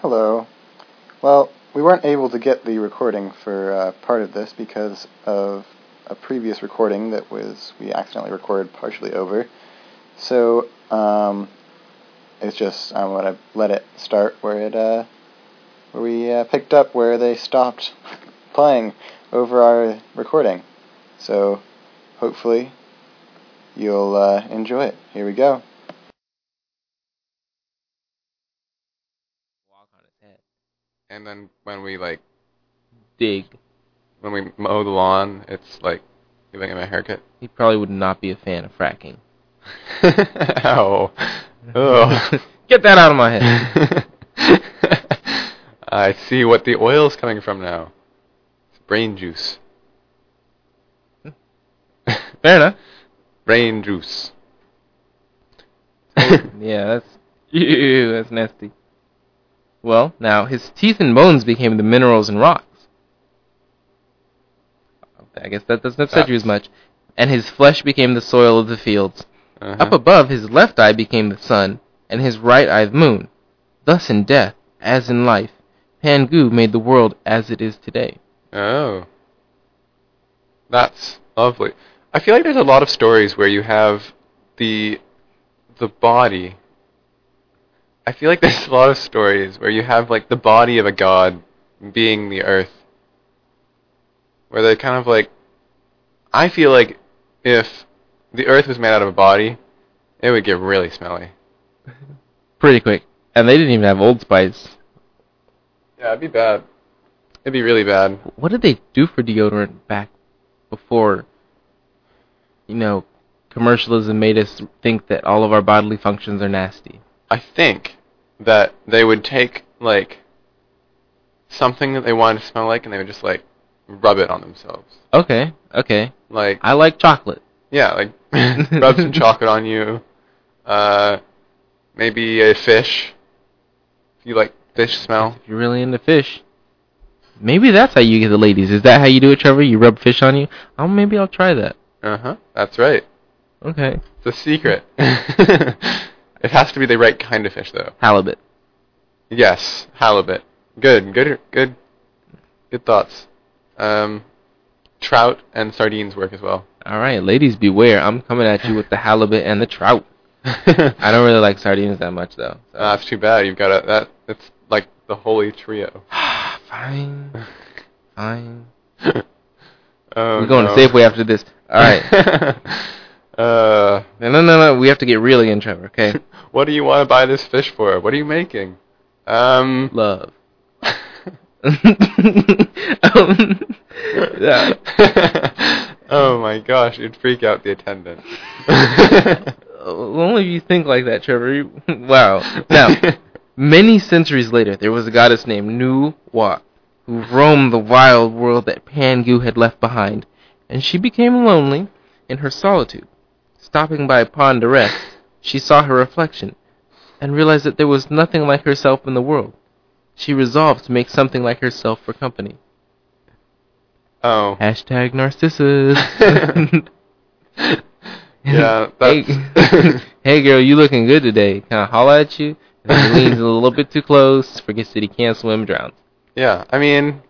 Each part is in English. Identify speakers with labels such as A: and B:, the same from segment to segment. A: Hello. Well, we weren't able to get the recording for uh, part of this because of a previous recording that was we accidentally recorded partially over. So um, it's just I'm gonna let it start where it uh, where we uh, picked up where they stopped playing over our recording. So hopefully you'll uh, enjoy it. Here we go.
B: walk on his head.
C: And then when we like
B: Dig.
C: when we mow the lawn, it's like giving him a haircut.
B: He probably would not be a fan of fracking.
C: Ow. Ugh.
B: Get that out of my head.
C: I see what the oil's coming from now. It's brain juice.
B: Hmm. Fair enough.
C: brain juice.
B: yeah, that's ew, that's nasty. Well, now his teeth and bones became the minerals and rocks. I guess that doesn't upset you as much. And his flesh became the soil of the fields. Up
C: Uh-huh.
B: above, his left eye became the sun, and his right eye the moon. Thus, in death, as in life, Pangu made the world as it is today.
C: Oh. That's lovely. I feel like there's a lot of stories where you have the the body. I feel like there's a lot of stories where you have like the body of a god being the earth. Where they're kind of like I feel like if the earth was made out of a body, it would get really smelly.
B: Pretty quick. And they didn't even have Old Spice.
C: Yeah, it'd be bad. It'd be really bad.
B: what did they do for deodorant back before you know commercialism made us think that all of our bodily functions are nasty
C: I think that they would take like something that they wanted to smell like, and they would just like rub it on themselves.
B: okay okay
C: Like
B: i like chocolate
C: yeah, like rub some chocolate on you. Uh, maybe a fish. If you like fish smell,
B: if you're really into fish maybe that's how you get the ladies is that how you do it trevor you rub fish on you oh maybe i'll try that
C: uh huh. That's right.
B: okay
C: It's a secret. it has to be the right kind of fish, though.
B: halibut
C: Yes, halibut. Good, good, good, good thoughts. Um, trout and sardines work as well.
B: all right ladies beware i'm coming at you with the halibut and the trout i don't really like sardines that much though so.
C: Uh, that's too bad. You've got a, that. It's like the holy trio.
B: fine fine
C: Oh,
B: We're going
C: no.
B: to Safeway after this. All right.
C: uh,
B: no, no, no, no. We have to get really in, Trevor. Okay.
C: what do you want to buy this fish for? What are you making? Um.
B: Love. um, yeah.
C: oh my gosh! You'd freak out the attendant.
B: Uh, Only if you think like that, Trevor. You, wow. Now, many centuries later, there was a goddess named Nu Wa who roamed the wild world that Pangu had left behind, and she became lonely in her solitude. Stopping by a pond to rest, she saw her reflection and realized that there was nothing like herself in the world. She resolved to make something like herself for company.
C: oh.
B: Hashtag Narcissus.
C: Yeah.
B: hey,
C: That's.
B: hey girl, you looking good today. Can I holla at you? And then he leans a little bit too close, forgets that he can't swim, drowns.
C: Yeah, I mean,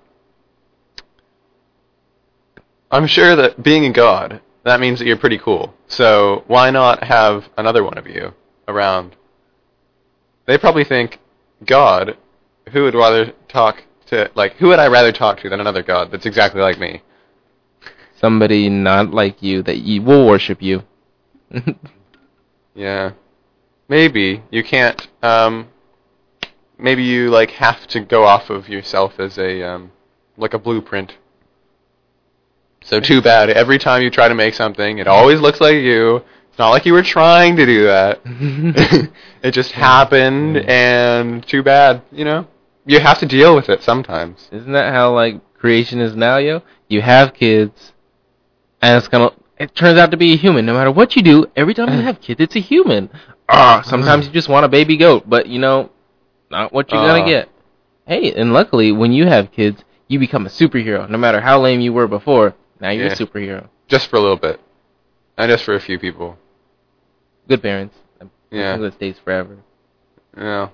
C: I'm sure that being a god, that means that you're pretty cool. So why not have another one of you around? They probably think, God, who would rather talk to, like, who would I rather talk to than another god that's exactly like me?
B: Somebody not like you that you will worship you.
C: Yeah. Maybe you can't, um, maybe you, like, have to go off of yourself as a, um, like a blueprint. So too bad. Every time you try to make something, it always looks like you. It's not like you were trying to do that. it just happened, and too bad, you know? You have to deal with it sometimes.
B: Isn't that how like creation is now, yo? You have kids, and it's gonna. It turns out to be a human. No matter what you do, every time
C: Mm.
B: you have kids, it's a human. Ah, sometimes you just want a baby goat, but you know, not what you're
C: Ah.
B: gonna get. Hey, and luckily, when you have kids, you become a superhero. No matter how lame you were before, now you're
C: Yeah.
B: a superhero.
C: Just for a little bit. And just for a few people.
B: Good parents. I
C: Yeah.
B: think that stays forever.
C: Yeah.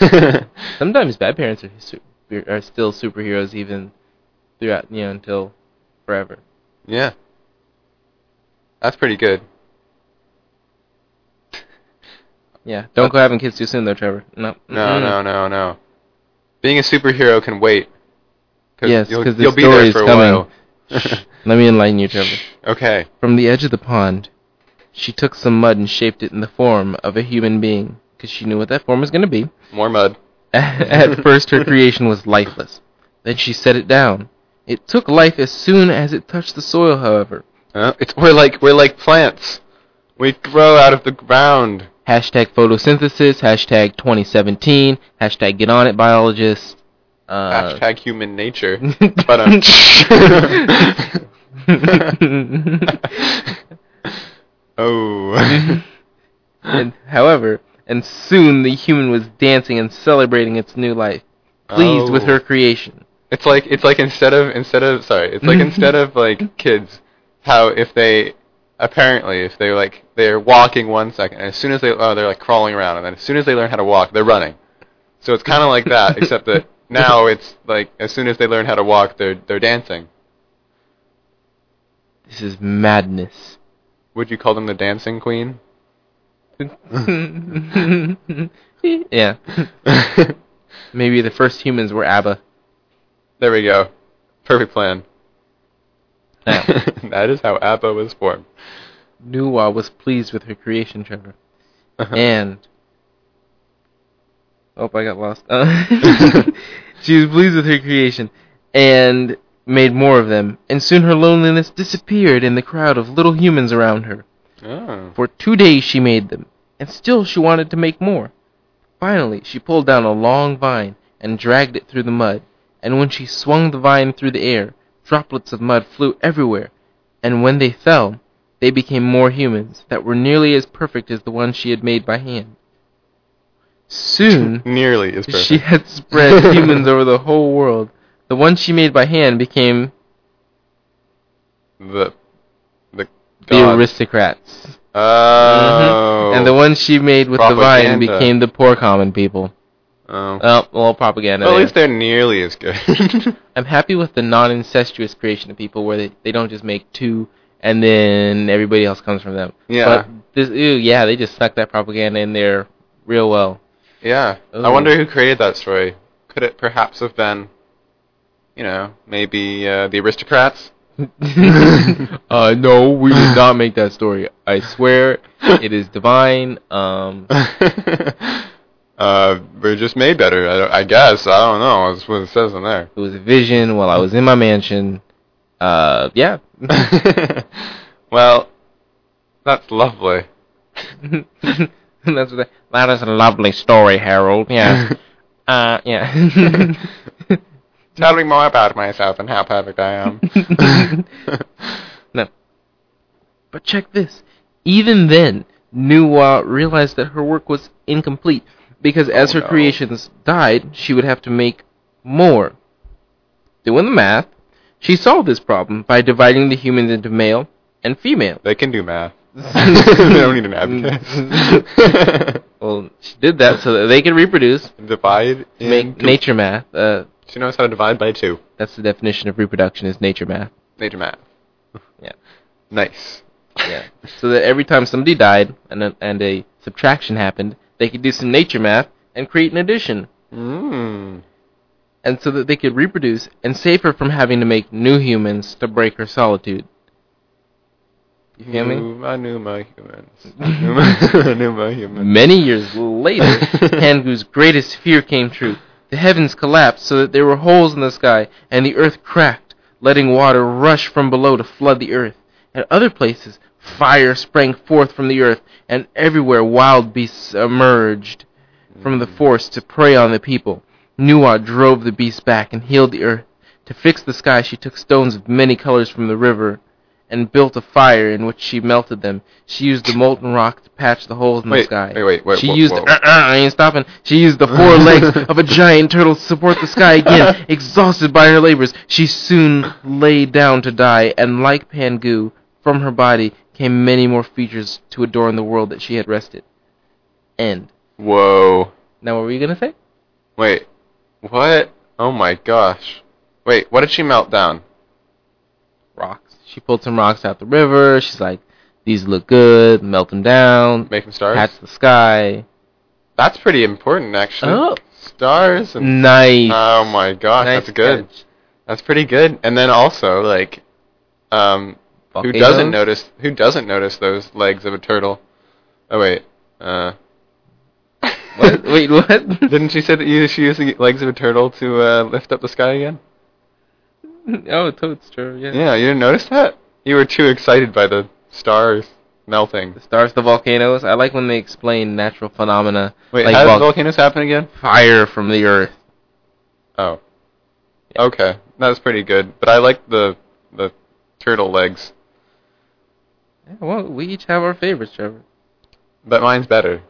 B: Sometimes bad parents are su- are still superheroes even throughout you know until forever.
C: yeah. That's pretty good.
B: Yeah. Don't go having kids too soon though, Trevor. No.
C: No,
B: Mm-mm.
C: no, no, no. Being a superhero can wait.
B: Yes,
C: you'll,
B: 'cause the
C: you'll be
B: story
C: there
B: is
C: for a
B: coming.
C: while.
B: Let me enlighten you, Trevor.
C: okay.
B: From the edge of the pond, she took some mud and shaped it in the form of a human being, 'cause she knew what that form was going to be.
C: More mud.
B: At first, her creation was lifeless. Then she set it down. It took life as soon as it touched the soil, however.
C: Uh, it's we're like we're like plants. We grow out of the ground.
B: Hashtag photosynthesis, hashtag 2017, hashtag get on it, biologists. Uh,
C: Hashtag human nature. but um,
B: and
C: oh.
B: however, and soon the human was dancing and celebrating its new life, pleased with
C: Oh.
B: her creation.
C: It's like it's like instead of instead of sorry, it's like instead of like kids, how if they apparently if they like they're walking one second and as soon as they oh they're like crawling around and then as soon as they learn how to walk they're running. So it's kind of like that except that now it's like as soon as they learn how to walk they're they're dancing.
B: This is madness.
C: Would you call them the dancing queen?
B: yeah.
C: there
B: Maybe the first humans were ABBA.
C: we go. Perfect plan.
B: Now,
C: that is how ABBA was formed.
B: Nuwa was pleased with her creation, Trevor. And. Oh, I got lost. Uh, she was pleased with her creation and made more of them, and soon her loneliness disappeared in the crowd of little humans around her.
C: Oh.
B: For two days she made them, and still she wanted to make more. Finally, she pulled down a long vine and dragged it through the mud, and when she swung the vine through the air, droplets of mud flew everywhere, and when they fell, they became more humans that were nearly as perfect as the ones she had made by hand. Soon,
C: Nearly is perfect.
B: she had spread humans over the whole world. The ones she made by hand became
C: the the
B: the
C: god.
B: aristocrats.
C: oh.
B: Mm-hmm. And the ones she made with the
C: Propaganda.
B: vine became the poor common people.
C: Oh.
B: Oh, well, propaganda.
C: well, at
B: there.
C: least they're nearly as good.
B: I'm happy with the non incestuous creation of people where they, they don't just make two and then everybody else comes from them.
C: yeah.
B: But this, ew, yeah, they just stuck that propaganda in there real well.
C: yeah. I
B: Ooh.
C: wonder who created that story. Could it perhaps have been, you know, maybe uh, the aristocrats?
B: uh, no, we did not make that story. I swear, it is divine. Um,
C: uh, we're just made better, I, don't- I guess. I don't know. That's what it says in there.
B: it was a vision while I was in my mansion. Uh, yeah.
C: well, that's lovely.
B: That's what that is a lovely story, Harold. Yeah. Uh, yeah.
C: Tell me more about myself and how perfect I am.
B: but check this. Even then, Nuwa realized that her work was incomplete because as
C: Oh,
B: her
C: no.
B: creations died, she would have to make more. Doing the math, she solved this problem by dividing the humans into male and female.
C: they can do math. they don't need an advocate.
B: Well, she did that so that they could reproduce.
C: divide
B: Make
C: into-
B: nature math. Uh,
C: She knows how to divide by two.
B: that's the definition of reproduction is nature math.
C: Nature math.
B: Yeah.
C: Nice.
B: Yeah. So that every time somebody died and a, and a subtraction happened, they could do some nature math and create an addition,
C: Mm.
B: and so that they could reproduce and save her from having to make new humans to break her solitude. You feel me?
C: Numa, Numa humans. Numa, Numa humans.
B: Many years later, Hangu's greatest fear came true. The heavens collapsed so that there were holes in the sky, and the earth cracked, letting water rush from below to flood the earth. At other places, fire sprang forth from the earth, and everywhere wild beasts emerged from the forest to prey on the people. Nuwa drove the beasts back and healed the earth. To fix the sky, she took stones of many colors from the river and built a fire in which she melted them. She used the molten rock to patch the holes in the
C: Wait,
B: sky.
C: wait, wait, wait,
B: She
C: whoa,
B: used
C: whoa.
B: Uh, I ain't stopping. She used the four legs of a giant turtle to support the sky again. Exhausted by her labors, she soon lay down to die, and like Pangu, from her body came many more features to adorn the world that she had rested. End.
C: Whoa.
B: Now, what were you gonna say?
C: Wait, what? Oh my gosh! Wait, what did she melt down?
B: Rocks. She pulled some rocks out the river. She's like, "These look good. Melt them down.
C: Make them stars.
B: Catch the sky."
C: That's pretty important, actually.
B: Oh.
C: Stars and
B: Nice.
C: oh my gosh,
B: Nice
C: that's good.
B: catch.
C: That's pretty good. And then also like, um, who
B: Volcanoes?
C: doesn't notice? Who doesn't notice those legs of a turtle? Oh wait, uh,
B: What? Wait, what?
C: Didn't you say that you she used the legs of a turtle to uh, lift up the sky again?
B: oh, toad's true. Yeah.
C: Yeah, you didn't notice that. You were too excited by the stars melting.
B: The stars, the volcanoes. I like when they explain natural phenomena,
C: Wait,
B: Like
C: how
B: vol-
C: did volcanoes happen again?
B: fire from the earth.
C: Oh, okay, that was pretty good. But I like the the turtle legs,
B: Yeah, well, we each have our favorites, Trevor.
C: but mine's better.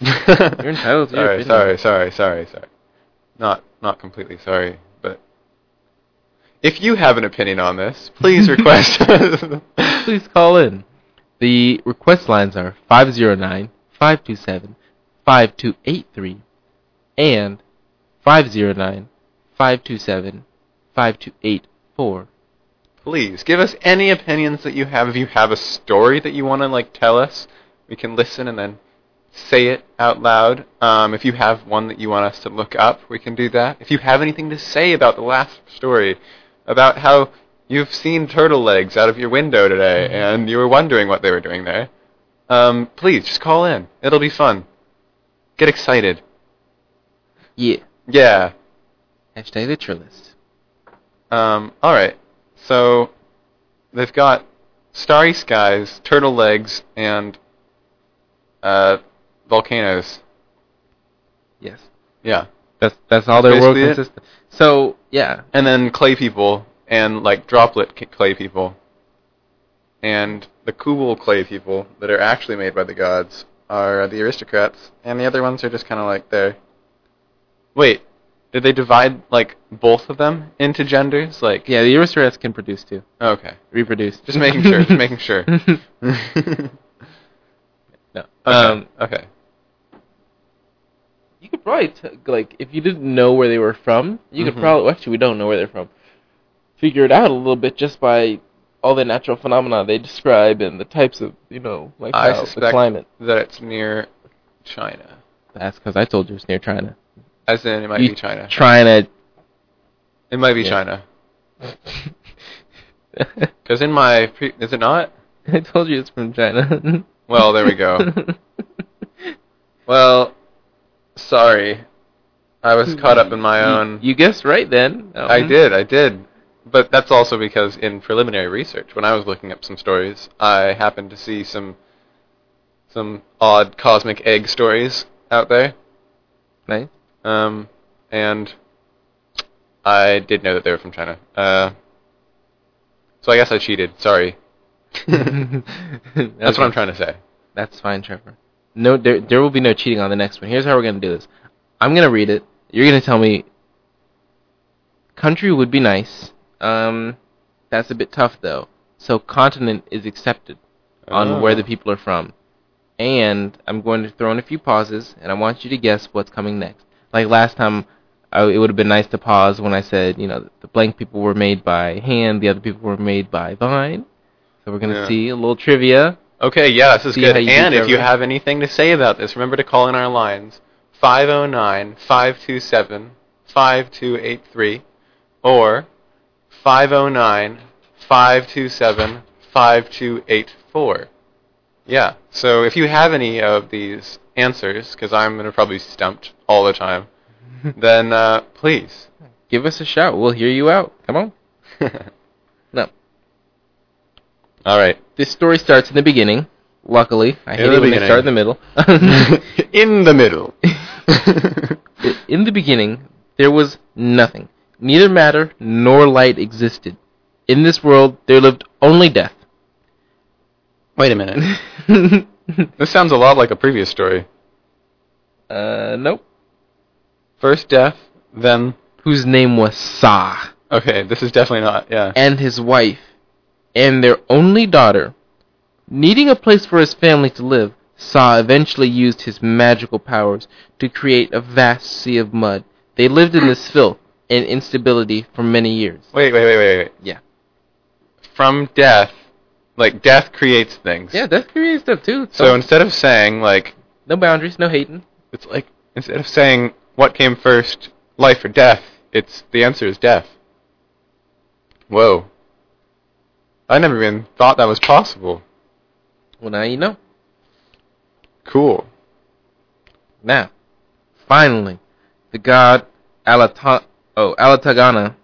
C: You're
B: entitled to your
C: sorry,
B: opinion.
C: sorry, sorry, sorry, sorry. Not not completely sorry, but if you have an opinion on this, please request.
B: Please call in. The request lines are 509 527 5283 and 509 527 5284.
C: please give us any opinions that you have. If you have a story that you want to like tell us, we can listen and then say it out loud. Um, if you have one that you want us to look up, we can do that. If you have anything to say about the last story, about how you've seen turtle legs out of your window today and you were wondering what they were doing there, um, please just call in. It'll be fun. Get excited.
B: Yeah.
C: Yeah.
B: Hashtag literalist.
C: Um, all right. So they've got starry skies, turtle legs, and uh, volcanoes.
B: Yes.
C: Yeah,
B: That's that's all their world
C: Basically it.
B: consists of. So, yeah.
C: and then clay people and like droplet c- clay people, and the Kubal clay people that are actually made by the gods are the aristocrats, and the other ones are just kind of like there. Wait, did they divide like both of them into genders? Like,
B: Yeah, the aristocrats can produce too.
C: okay,
B: Reproduce.
C: just making sure, just making sure.
B: no. Um,
C: Um, okay.
B: you could probably t- like if you didn't know where they were from, you could
C: Mhm.
B: probably well, actually we don't know where they're from. Figure it out a little bit just by all the natural phenomena they describe and the types of you know like
C: I
B: how, the
C: suspect-
B: climate.
C: that it's near China.
B: That's because I told you it's near China.
C: As in, it might
B: You-
C: be China.
B: China.
C: It might be
B: Yeah.
C: China. Because in my. Pre- is it not?
B: I told you it's from China.
C: Well, there we go. well, sorry. I was caught up in my own.
B: You, you guessed right then. Um,
C: I did, I did. But that's also because in preliminary research, when I was looking up some stories, I happened to see some some odd cosmic egg stories out there.
B: Nice.
C: Um, and I did know that they were from China. Uh, so I guess I cheated. Sorry. That's what I'm trying to say.
B: That's fine, Trevor. No, there, there will be no cheating on the next one. Here's how we're gonna do this. I'm gonna read it. You're gonna tell me. Country would be nice. Um, that's a bit tough though. So continent is accepted on
C: Oh. Um,
B: where the people are from. And I'm going to throw in a few pauses, and I want you to guess what's coming next. Like last time, I, it would have been nice to pause when I said, you know, the blank people were made by hand, the other people were made by vine. So we're gonna
C: Yeah.
B: see a little trivia.
C: Okay, yeah, this is
B: See
C: good.
B: how you do,
C: And if you
B: Trevor.
C: have anything to say about this, remember to call in our lines 509 527 5283 or 509 527 5284. Yeah, so if you have any of these answers, because I'm going to probably stumped all the time, then uh, please.
B: give us a shout. We'll hear you out. Come on. No.
C: All right.
B: This story starts in the beginning. Luckily, I
C: In
B: hate
C: the
B: it when they
C: beginning.
B: start in the middle.
C: in the middle.
B: in the beginning, there was nothing. Neither matter nor light existed. In this world, there lived only death.
C: Wait a minute. This sounds a lot like a previous story.
B: uh, nope.
C: First death, then
B: Whose name was Sa,
C: okay, this is definitely not. Yeah.
B: and his wife, and their only daughter. Needing a place for his family to live, Sa eventually used his magical powers to create a vast sea of mud. They lived in this filth and instability for many years.
C: Wait, wait, wait, wait, wait.
B: Yeah.
C: From death, like death creates things.
B: Yeah, that's creative stuff too.
C: So instead of saying like
B: no boundaries, no hating.
C: it's like instead of saying what came first, life or death, it's the answer is death. Whoa. I never even thought that was possible.
B: Well, now you know.
C: Cool.
B: Now, finally, the god Alata- oh, Alatagana,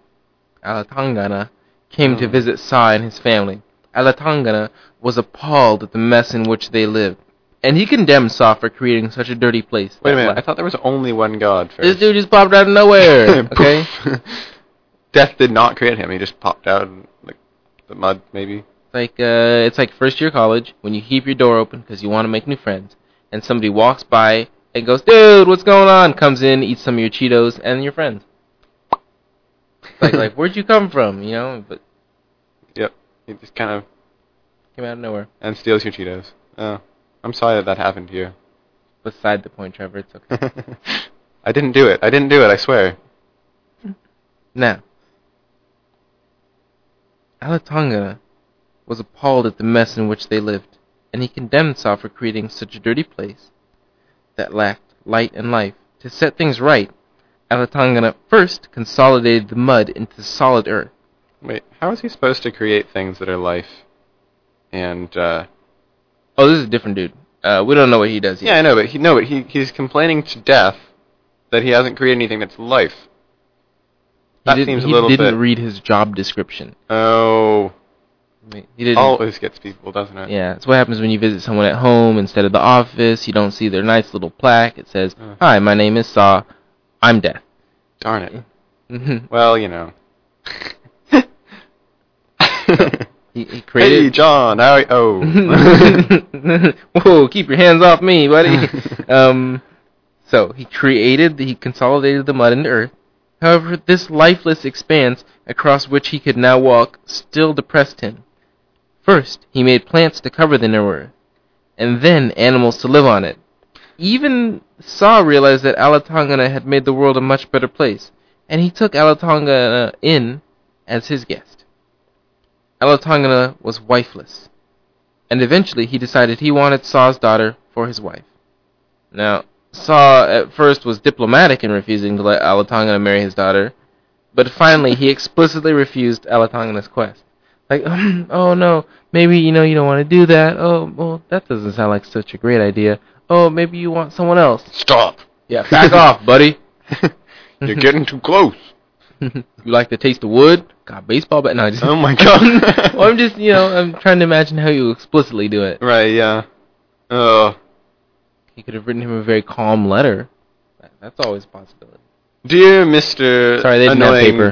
B: Alatangana came to
C: Hmm.
B: visit Sai and his family. Alatangana was appalled at the mess in which they lived, and he condemned Sa for creating such a dirty place.
C: Wait a
B: that
C: minute.
B: la-
C: I thought there was only one god first.
B: this dude just popped out of nowhere. okay,
C: Poof. Death did not create him. He just popped out in like the mud, maybe.
B: like uh, it's like first year college when you keep your door open because you want to make new friends, and somebody walks by and goes, "Dude, what's going on?" Comes in, eats some of your Cheetos, and your friends. Like, like, where'd you come from? You know, but
C: he just kind of
B: came out of nowhere.
C: and steals your Cheetos. Oh, I'm sorry that that happened to you.
B: Beside the point, Trevor. It's okay.
C: I didn't do it. I didn't do it. I swear.
B: Now, Alatanga was appalled at the mess in which they lived, and he condemned Sa for creating such a dirty place that lacked light and life. To set things right, Alatangana first consolidated the mud into solid earth.
C: Wait, how is he supposed to create things that are life? And uh,
B: Oh, this is a different dude. Uh, we don't know what he does
C: yeah,
B: yet.
C: I know, but he no, but he he's complaining to death that he hasn't created anything that's life. That
B: he didn't,
C: seems a
B: he
C: little
B: didn't
C: bit.
B: read his job description.
C: oh,
B: I mean, He didn't.
C: always gets people, doesn't it?
B: Yeah, it's what happens when you visit someone at home instead of the office. You don't see their nice little plaque. It says,
C: Mm.
B: "Hi, my name is Saw. I'm deaf."
C: Darn it.
B: Mhm.
C: Well, you know.
B: he, he
C: hey,
B: created.
C: John. How are oh.
B: Whoa! Keep your hands off me, buddy. um, so he created, he consolidated the mud into earth. However, this lifeless expanse across which he could now walk still depressed him. First, he made plants to cover the new earth, and then animals to live on it. Even Saw realized that Alatongana had made the world a much better place, and he took Alatongana in as his guest. Alatongana was wifeless, and eventually he decided he wanted Saw's daughter for his wife. Now, Saw at first was diplomatic in refusing to let Alatongana marry his daughter, but finally he explicitly refused Alatongana's quest. Like, oh no, maybe you know you don't want to do that. Oh, well, that doesn't sound like such a great idea. Oh, maybe you want someone else.
C: Stop.
B: Yeah, back off, buddy.
C: You're getting too close.
B: you like the taste of wood? Got baseball bat? No, I just.
C: Oh my god.
B: well, I'm just you know I'm trying to imagine how you explicitly do it.
C: Right, yeah. Uh,
B: He could have written him a very calm letter. That- That's always a possibility.
C: dear Mr.
B: Sorry, they didn't have
C: Uh, annoying
B: paper.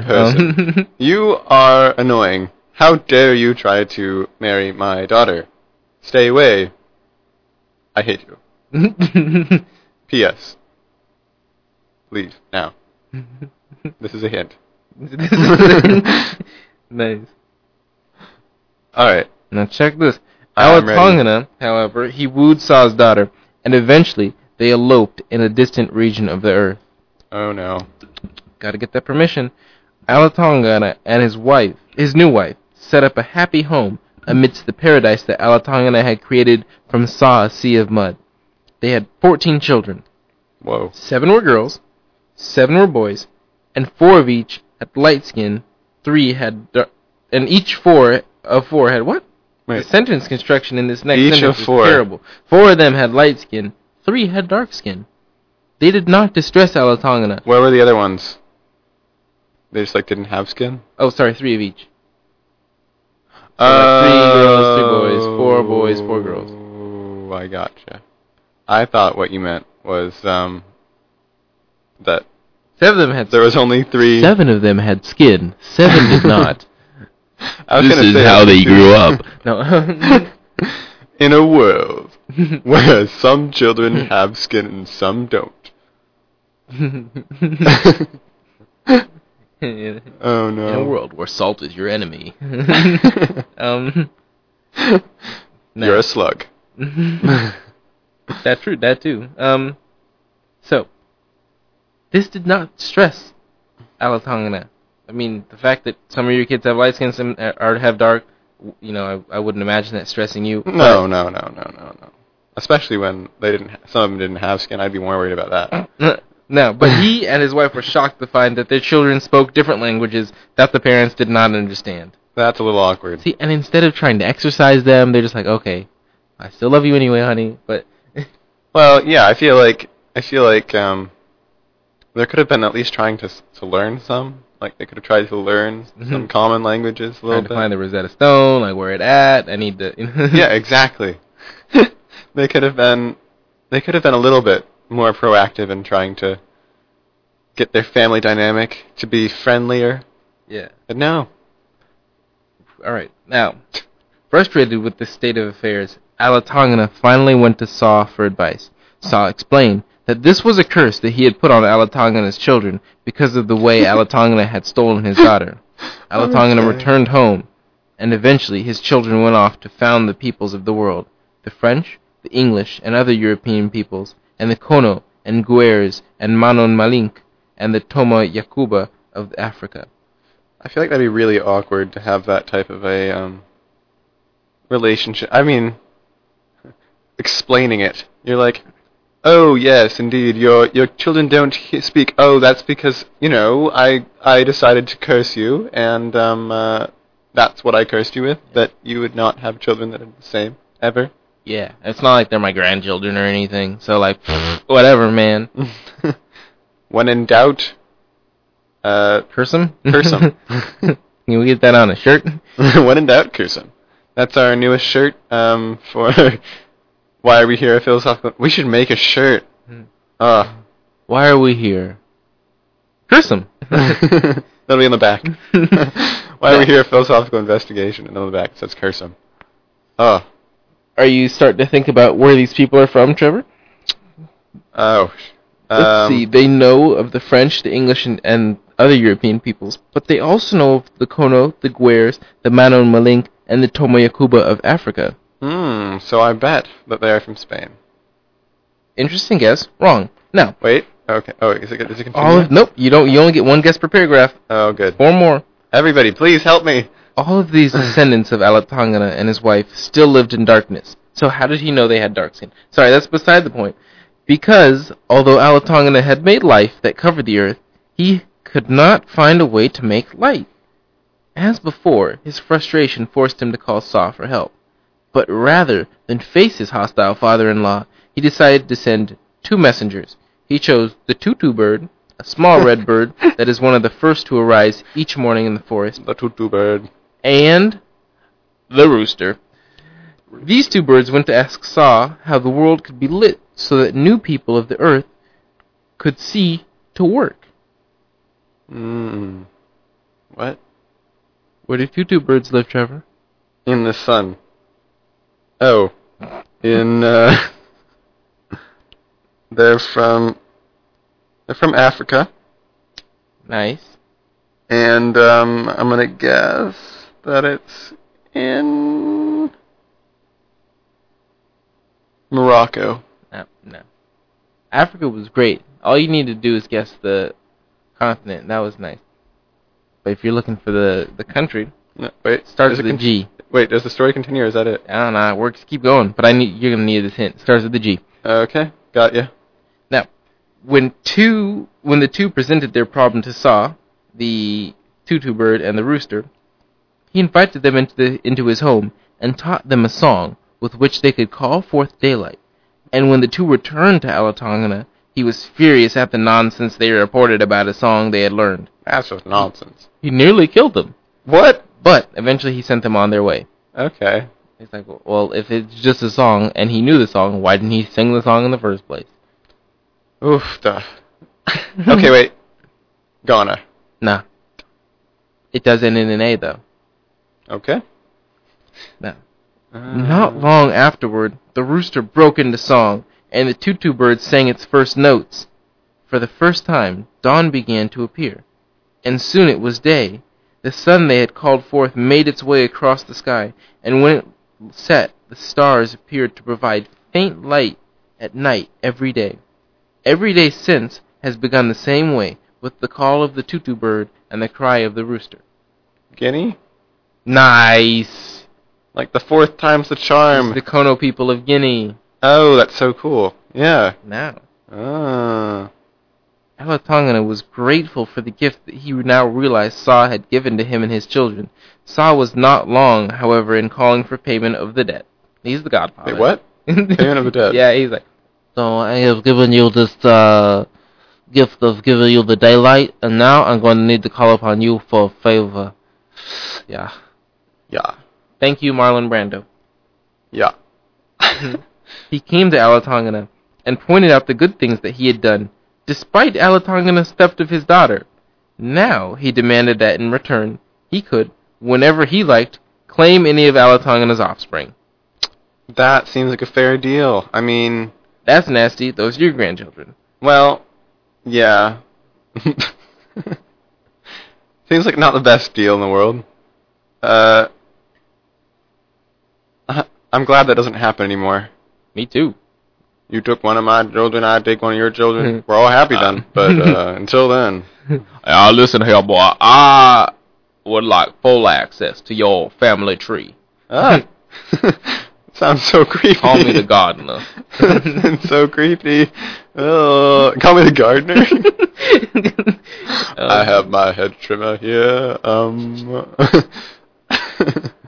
C: Person,
B: Um,
C: you are annoying. How dare you try to marry my daughter? Stay away. I hate you. P.S. Leave now. This is a hint.
B: nice.
C: Alright.
B: Now check this.
C: I'm ready.
B: Alatongana, however, he wooed Sa's daughter, and eventually they eloped in a distant region of the earth.
C: Oh no.
B: Gotta get that permission. Alatongana and his wife, his new wife, set up a happy home amidst the paradise that Alatongana had created from Sa's sea of mud. They had 14 children.
C: Whoa.
B: Seven were girls, seven were boys, and four of each had light skin. Three had, dar- and each four of four had what?
C: Wait.
B: The sentence construction in this next
C: Each
B: sentence
C: of
B: is
C: four.
B: terrible. Four of them had light skin. Three had dark skin. They did not distress Alatongana.
C: Where were the other ones? They just like didn't have skin?
B: Oh, sorry, three of each.
C: Oh,
B: like three girls, two boys, four boys, four girls.
C: Oh, I gotcha. I thought what you meant was um that
B: Seven of them had.
C: there was only three.
B: Seven of them had skin. Seven did not.
C: I was
D: This
C: gonna
D: is
C: say-
D: how they grew up.
B: No.
C: In a world where some children have skin and some don't.
B: In
C: oh no.
B: a world where salt is your enemy. um.
C: You're a slug.
B: no. That's true. That too. Um, so this did not stress Alatongana. I mean, the fact that some of your kids have light skin, some uh, are have dark. w- You know, I, I wouldn't imagine that stressing you.
C: No, no, no, no, no, no. Especially when they didn't, ha- some of them didn't have skin. I'd be more worried about that.
B: no, but he and his wife were shocked to find that their children spoke different languages that the parents did not understand.
C: That's a little awkward.
B: See, and instead of trying to exercise them, they're just like, okay, I still love you anyway, honey. But
C: Well, yeah, I feel like I feel like um, there could have been at least trying to s- to learn some. Like they could have tried to learn some
B: Mhm.
C: common languages a
B: trying
C: little
B: to
C: bit.
B: find the Rosetta Stone, like where it at. I need to.
C: yeah, exactly. they could have been they could have been a little bit more proactive in trying to get their family dynamic to be friendlier.
B: yeah.
C: But no.
B: All right. Now, frustrated with this state of affairs, Alatongana finally went to Saw for advice. Saw explained that this was a curse that he had put on Alatongana's children because of the way Alatongana had stolen his daughter. Alatongana
C: Okay.
B: returned home, and eventually his children went off to found the peoples of the world the French, the English, and other European peoples, and the Kono, and Guers, and Manon Malink, and the Toma Yakuba of Africa.
C: I feel like that'd be really awkward to have that type of a um, relationship. I mean, explaining it. You're like, oh yes, indeed, your your children don't he- speak. Oh, that's because you know I I decided to curse you, and um, uh, that's what I cursed you with. That you would not have children that are the same ever.
B: Yeah, it's not like they're my grandchildren or anything. So like, whatever, man.
C: when in doubt, uh,
B: Curse 'em?
C: Curse 'em.
B: Can we get that on a shirt?
C: when in doubt, curse him. That's our newest shirt um, for why are we here at philosophical. We should make a shirt.
B: Hmm.
C: Uh,
B: Why are we here? Curse 'em.
C: that'll be in the back. why are we here at philosophical investigation? And on the back it says curse him. Oh,
B: Are you starting to think about where these people are from, Trevor?
C: oh.
B: Let's
C: Um,
B: see. They know of the French, the English, and, and other European peoples, but they also know of the Kono, the Guers, the Manon Malink, and the Tomoyakuba of Africa.
C: Hmm. So I bet that they are from Spain.
B: Interesting guess. Wrong. Now,
C: Wait. Okay. Oh, is it is it
B: all
C: continuing?
B: of nope. You don't. You only get one guess per paragraph.
C: oh, good.
B: Four more.
C: Everybody, please help me.
B: All of these descendants of Alatangana and his wife still lived in darkness. So how did he know they had dark skin? Sorry, that's beside the point. Because although Alatangana had made life that covered the earth, he could not find a way to make light. As before, his frustration forced him to call Saw for help. But rather than face his hostile father-in-law, he decided to send two messengers. He chose the tutu bird, a small red bird that is one of the first to arise each morning in the forest,
C: The tutu bird.
B: and the rooster. These two birds went to ask Saw how the world could be lit so that new people of the earth could see to work.
C: Hmm. What?
B: Where do two birds live, Trevor?
C: In the sun. Oh. In uh They're from They're from Africa
B: Nice.
C: and um I'm gonna guess that it's in Morocco.
B: No, no. Africa was great. All you need to do is guess the continent. That was nice. But if you're looking for the, the country,
C: No, wait,
B: it starts
C: does it
B: with a
C: con-
B: G.
C: Wait, does the story continue or is that it?
B: I don't know. It works. Keep going. But I need you're gonna need this hint. It starts with the G.
C: Okay, got you.
B: when two when the two presented their problem to Saw, the tutu bird and the rooster, he invited them into the, into his home and taught them a song with which they could call forth daylight. And when the two returned to Alatongana, he was furious at the nonsense they reported about a song they had learned.
C: That's just nonsense.
B: He nearly killed them,
C: What?
B: but eventually he sent them on their way.
C: Okay.
B: It's like, well, if it's just a song and he knew the song, why didn't he sing the song in the first place?
C: Oof duh. okay, wait. Ghana.
B: Nah. It does end in an A though.
C: Okay.
B: No.
C: Uh,
B: Not long afterward, the rooster broke into song, and the tutu bird sang its first notes. For the first time, dawn began to appear, and soon it was day. The sun they had called forth made its way across the sky, and when it set, the stars appeared to provide faint light at night every day. Every day since has begun the same way, with the call of the tutu bird and the cry of the rooster.
C: Guinea?
B: Nice!
C: Like the fourth time's the charm.
B: It's the Kono people of Guinea.
C: Oh, that's so cool. Yeah.
B: Now,
C: Ah.
B: Alatongana was grateful for the gift that he now realized Sa had given to him and his children. Sa was not long, however, in calling for payment of the debt. He's the godfather.
C: Wait, what? Payment of the debt.
B: Yeah, he's like,
D: So I have given you this uh, gift of giving you the daylight, and now I'm going to need to call upon you for a favor.
B: yeah.
C: Yeah.
B: Thank you, Marlon Brando.
C: Yeah.
B: Mm-hmm. He came to Alatongana and pointed out the good things that he had done, despite Alatongana's theft of his daughter. Now he demanded that in return he could, whenever he liked, claim any of Alatongana's offspring.
C: that seems like a fair deal. I mean,
B: That's nasty. Those are your grandchildren.
C: well, yeah. seems like not the best deal in the world. Uh, I- I'm glad that doesn't happen anymore.
B: Me too.
C: You took one of my children, I take one of your children.
B: Mm-hmm.
C: We're all happy then. But uh, until then,
B: Now listen here, boy. I would like full access to your family tree.
C: ah, sounds so creepy.
B: Call me the gardener.
C: It's so creepy. Oh, call me the gardener. I have my head trimmer here. Um.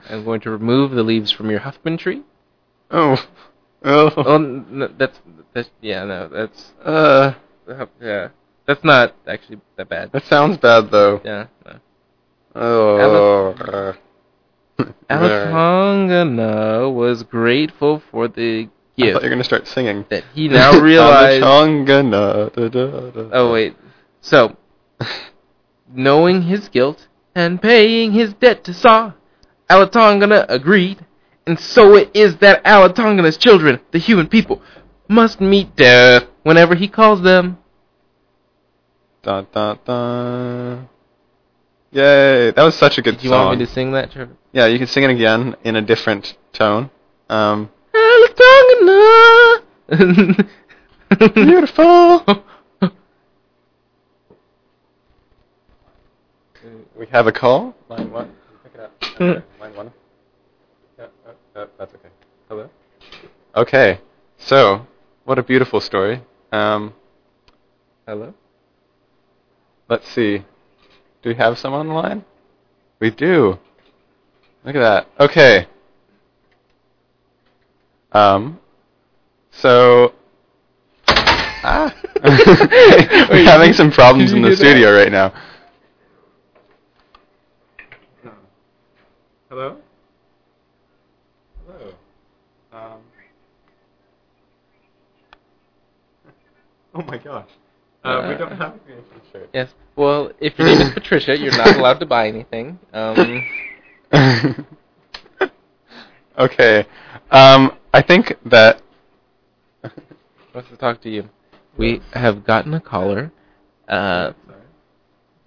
B: I'm going to remove the leaves from your Huffman tree.
C: oh. Oh.
B: Oh, n- n- that's that's yeah, no, that's
C: Uh,
B: uh, yeah, that's not actually that bad.
C: that sounds bad though.
B: Yeah. No.
C: Oh. uh, I
B: Alatongana was grateful for the
C: thought you
B: gift
C: were gonna start singing.
B: that he now realized.
C: Tonga, da, da, da.
B: Oh wait, so knowing his guilt and paying his debt to Saw, Alatongana agreed, and so it is that Alatongana's children, the human people, must meet death whenever he calls them.
C: Da, da, da. Yay! That was such a good
B: Do you
C: song.
B: want me to sing that, Trevor?
C: Yeah, you can sing it again in a different tone. Um,
B: Alatongana.
C: beautiful. we have a call. Line one. Pick it up.
B: Mm.
C: Line one. No, no, no, that's okay. Hello. Okay. So, what a beautiful story. Um,
B: Hello.
C: let's see. Do we have someone on the line? We do. Look at that. Okay. Um. So. Ah. We're having some problems
B: Did
C: in
B: you
C: the
B: do that?
C: studio right now. Hello. Hello. Um. Oh my gosh.
B: Uh, we don't have
C: a green shirt.
B: Yes. Well, if your name is Patricia, you're not allowed to buy anything. Um,
C: Mm-hmm. okay. Um, I think that.
B: wants to talk to you. We have gotten a caller, uh,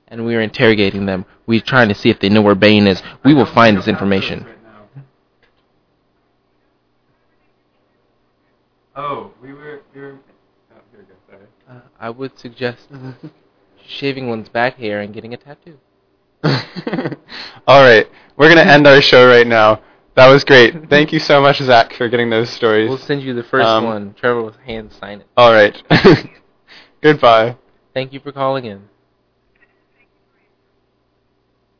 B: and we are interrogating them. We're trying to see if they know where Bane is. We will find this information.
C: Oh, we were. We were oh, here we go.
B: Uh, I would suggest shaving one's back hair and getting a tattoo.
C: Sorry. All right, we're gonna end our show right now. That was great. Thank you so much, Zach, for getting those stories.
B: We'll send you the first
C: Um,
B: one. Trevor will hand sign it.
C: All right. Goodbye.
B: Thank you for calling in.